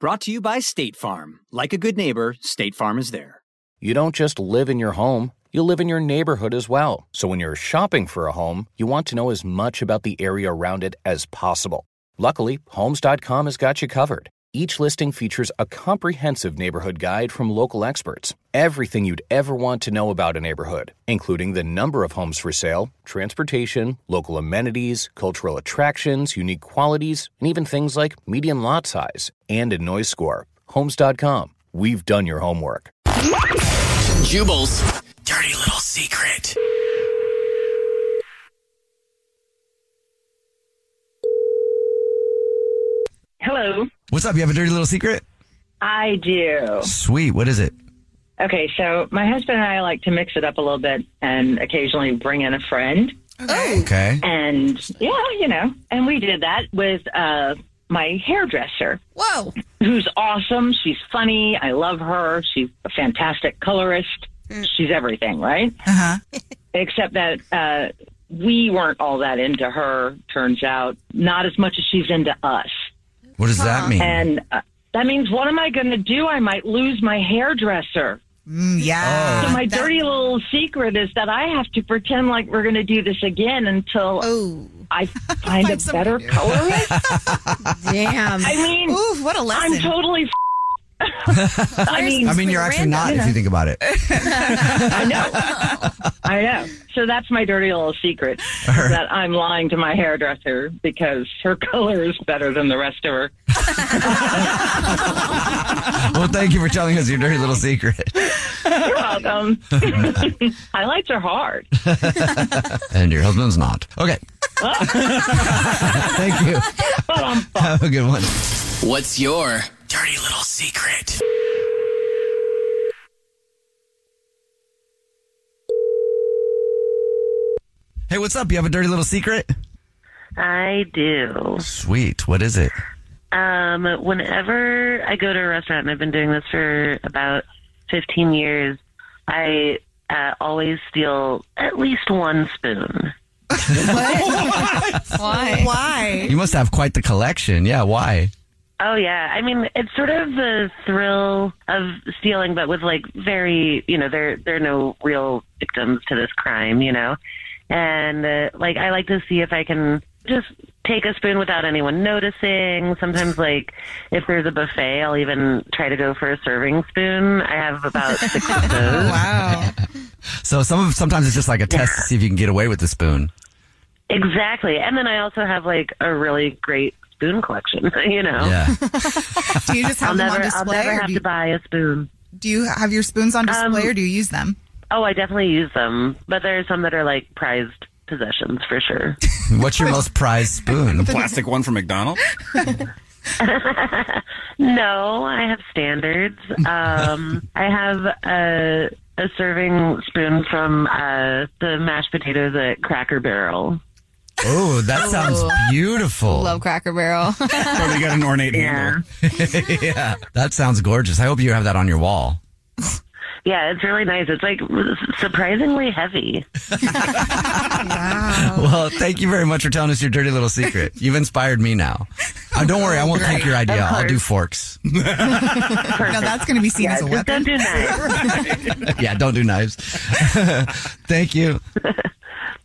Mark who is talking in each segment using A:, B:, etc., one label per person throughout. A: Brought to you by State Farm. Like a good neighbor, State Farm is there.
B: You don't just live in your home, you live in your neighborhood as well. So when you're shopping for a home, you want to know as much about the area around it as possible. Luckily, Homes.com has got you covered. Each listing features a comprehensive neighborhood guide from local experts. Everything you'd ever want to know about a neighborhood, including the number of homes for sale, transportation, local amenities, cultural attractions, unique qualities, and even things like median lot size and a noise score. Homes.com. We've done your homework.
C: Jubal's dirty little secret.
D: Hello.
C: What's up? You have a dirty little secret?
D: I do.
C: Sweet. What is it?
D: Okay, so my husband and I like to mix it up a little bit and occasionally bring in a friend.
C: Okay. Okay.
D: And yeah, you know, and we did that with uh, my hairdresser.
E: Whoa.
D: Who's awesome. She's funny. I love her. She's a fantastic colorist. She's everything, right?
F: Uh huh.
D: Except that uh, we weren't all that into her, turns out. Not as much as she's into us.
C: What does that mean?
D: And uh, that means what am I going to do? I might lose my hairdresser.
F: Mm, yeah.
D: So my dirty little secret is that I have to pretend like we're going to do this again until
F: Oh,
D: I find a
F: Find somebody
D: better
F: new.
D: colorist.
F: damn.
D: I mean,
F: Ooh, what a lesson.
D: I'm totally. f- I mean,
C: I mean, you're actually not if you think about it.
D: I know. I know. So that's my dirty little secret is that I'm lying to my hairdresser because her color is better than the rest of her.
C: well, thank you for telling us your dirty little secret.
D: You're welcome. Highlights are hard.
C: And your husband's not. Okay. thank you.
D: But I'm
C: Have a good one.
A: What's your
C: Dirty little secret. Hey, what's up? You have a dirty little secret?
G: I do.
C: Sweet. What is it?
G: Um, whenever I go to a restaurant, and I've been doing this for about 15 years, I uh, always steal at least one spoon.
F: Why? Why?
C: You must have quite the collection. Yeah, why?
G: Oh, yeah. I mean, it's sort of the thrill of stealing, but with like very, you know, there, there are no real victims to this crime, you know? And uh, like, I like to see if I can just take a spoon without anyone noticing. Sometimes, like, if there's a buffet, I'll even try to go for a serving spoon. I have about six of those.
F: Wow.
C: So some of sometimes it's just like a test to see if you can get away with the spoon.
G: Exactly. And then I also have like a really great spoon collection, you know.
C: Yeah.
F: Do you just have
G: I'll
F: them
G: never
F: on
G: I'll
F: display?
G: never
F: or
G: have
F: do,
G: to
F: you,
G: buy a spoon.
F: do you have your spoons on display
G: Um,
F: or do you use them?
G: Oh, I definitely use them, but there are some that are like prized possessions for sure.
C: What's your most prized spoon?
H: Plastic one from McDonald's.
G: no, I have standards. Um, I have a a serving spoon from uh, the mashed potatoes at Cracker Barrel.
C: Oh, that sounds beautiful.
F: Love Cracker Barrel.
H: Probably got an ornate
G: Yeah.
H: handle.
C: yeah. That sounds gorgeous. I hope you have that on your wall.
G: Yeah, it's really nice. It's like surprisingly heavy.
C: Well, thank you very much for telling us your dirty little secret. You've inspired me now. Uh, don't worry, I won't take your idea. I'll do forks.
F: no, that's going to be seen as a
G: Just don't
F: weapon.
G: do that.
C: yeah, don't do knives. thank you.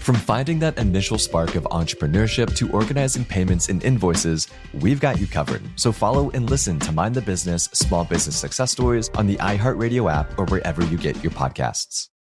I: From finding that initial spark of entrepreneurship to organizing payments and invoices, we've got you covered. So follow and listen to Mind the Business Small Business Success Stories on the iHeartRadio app or wherever you get your podcasts.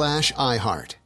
E: iHeart.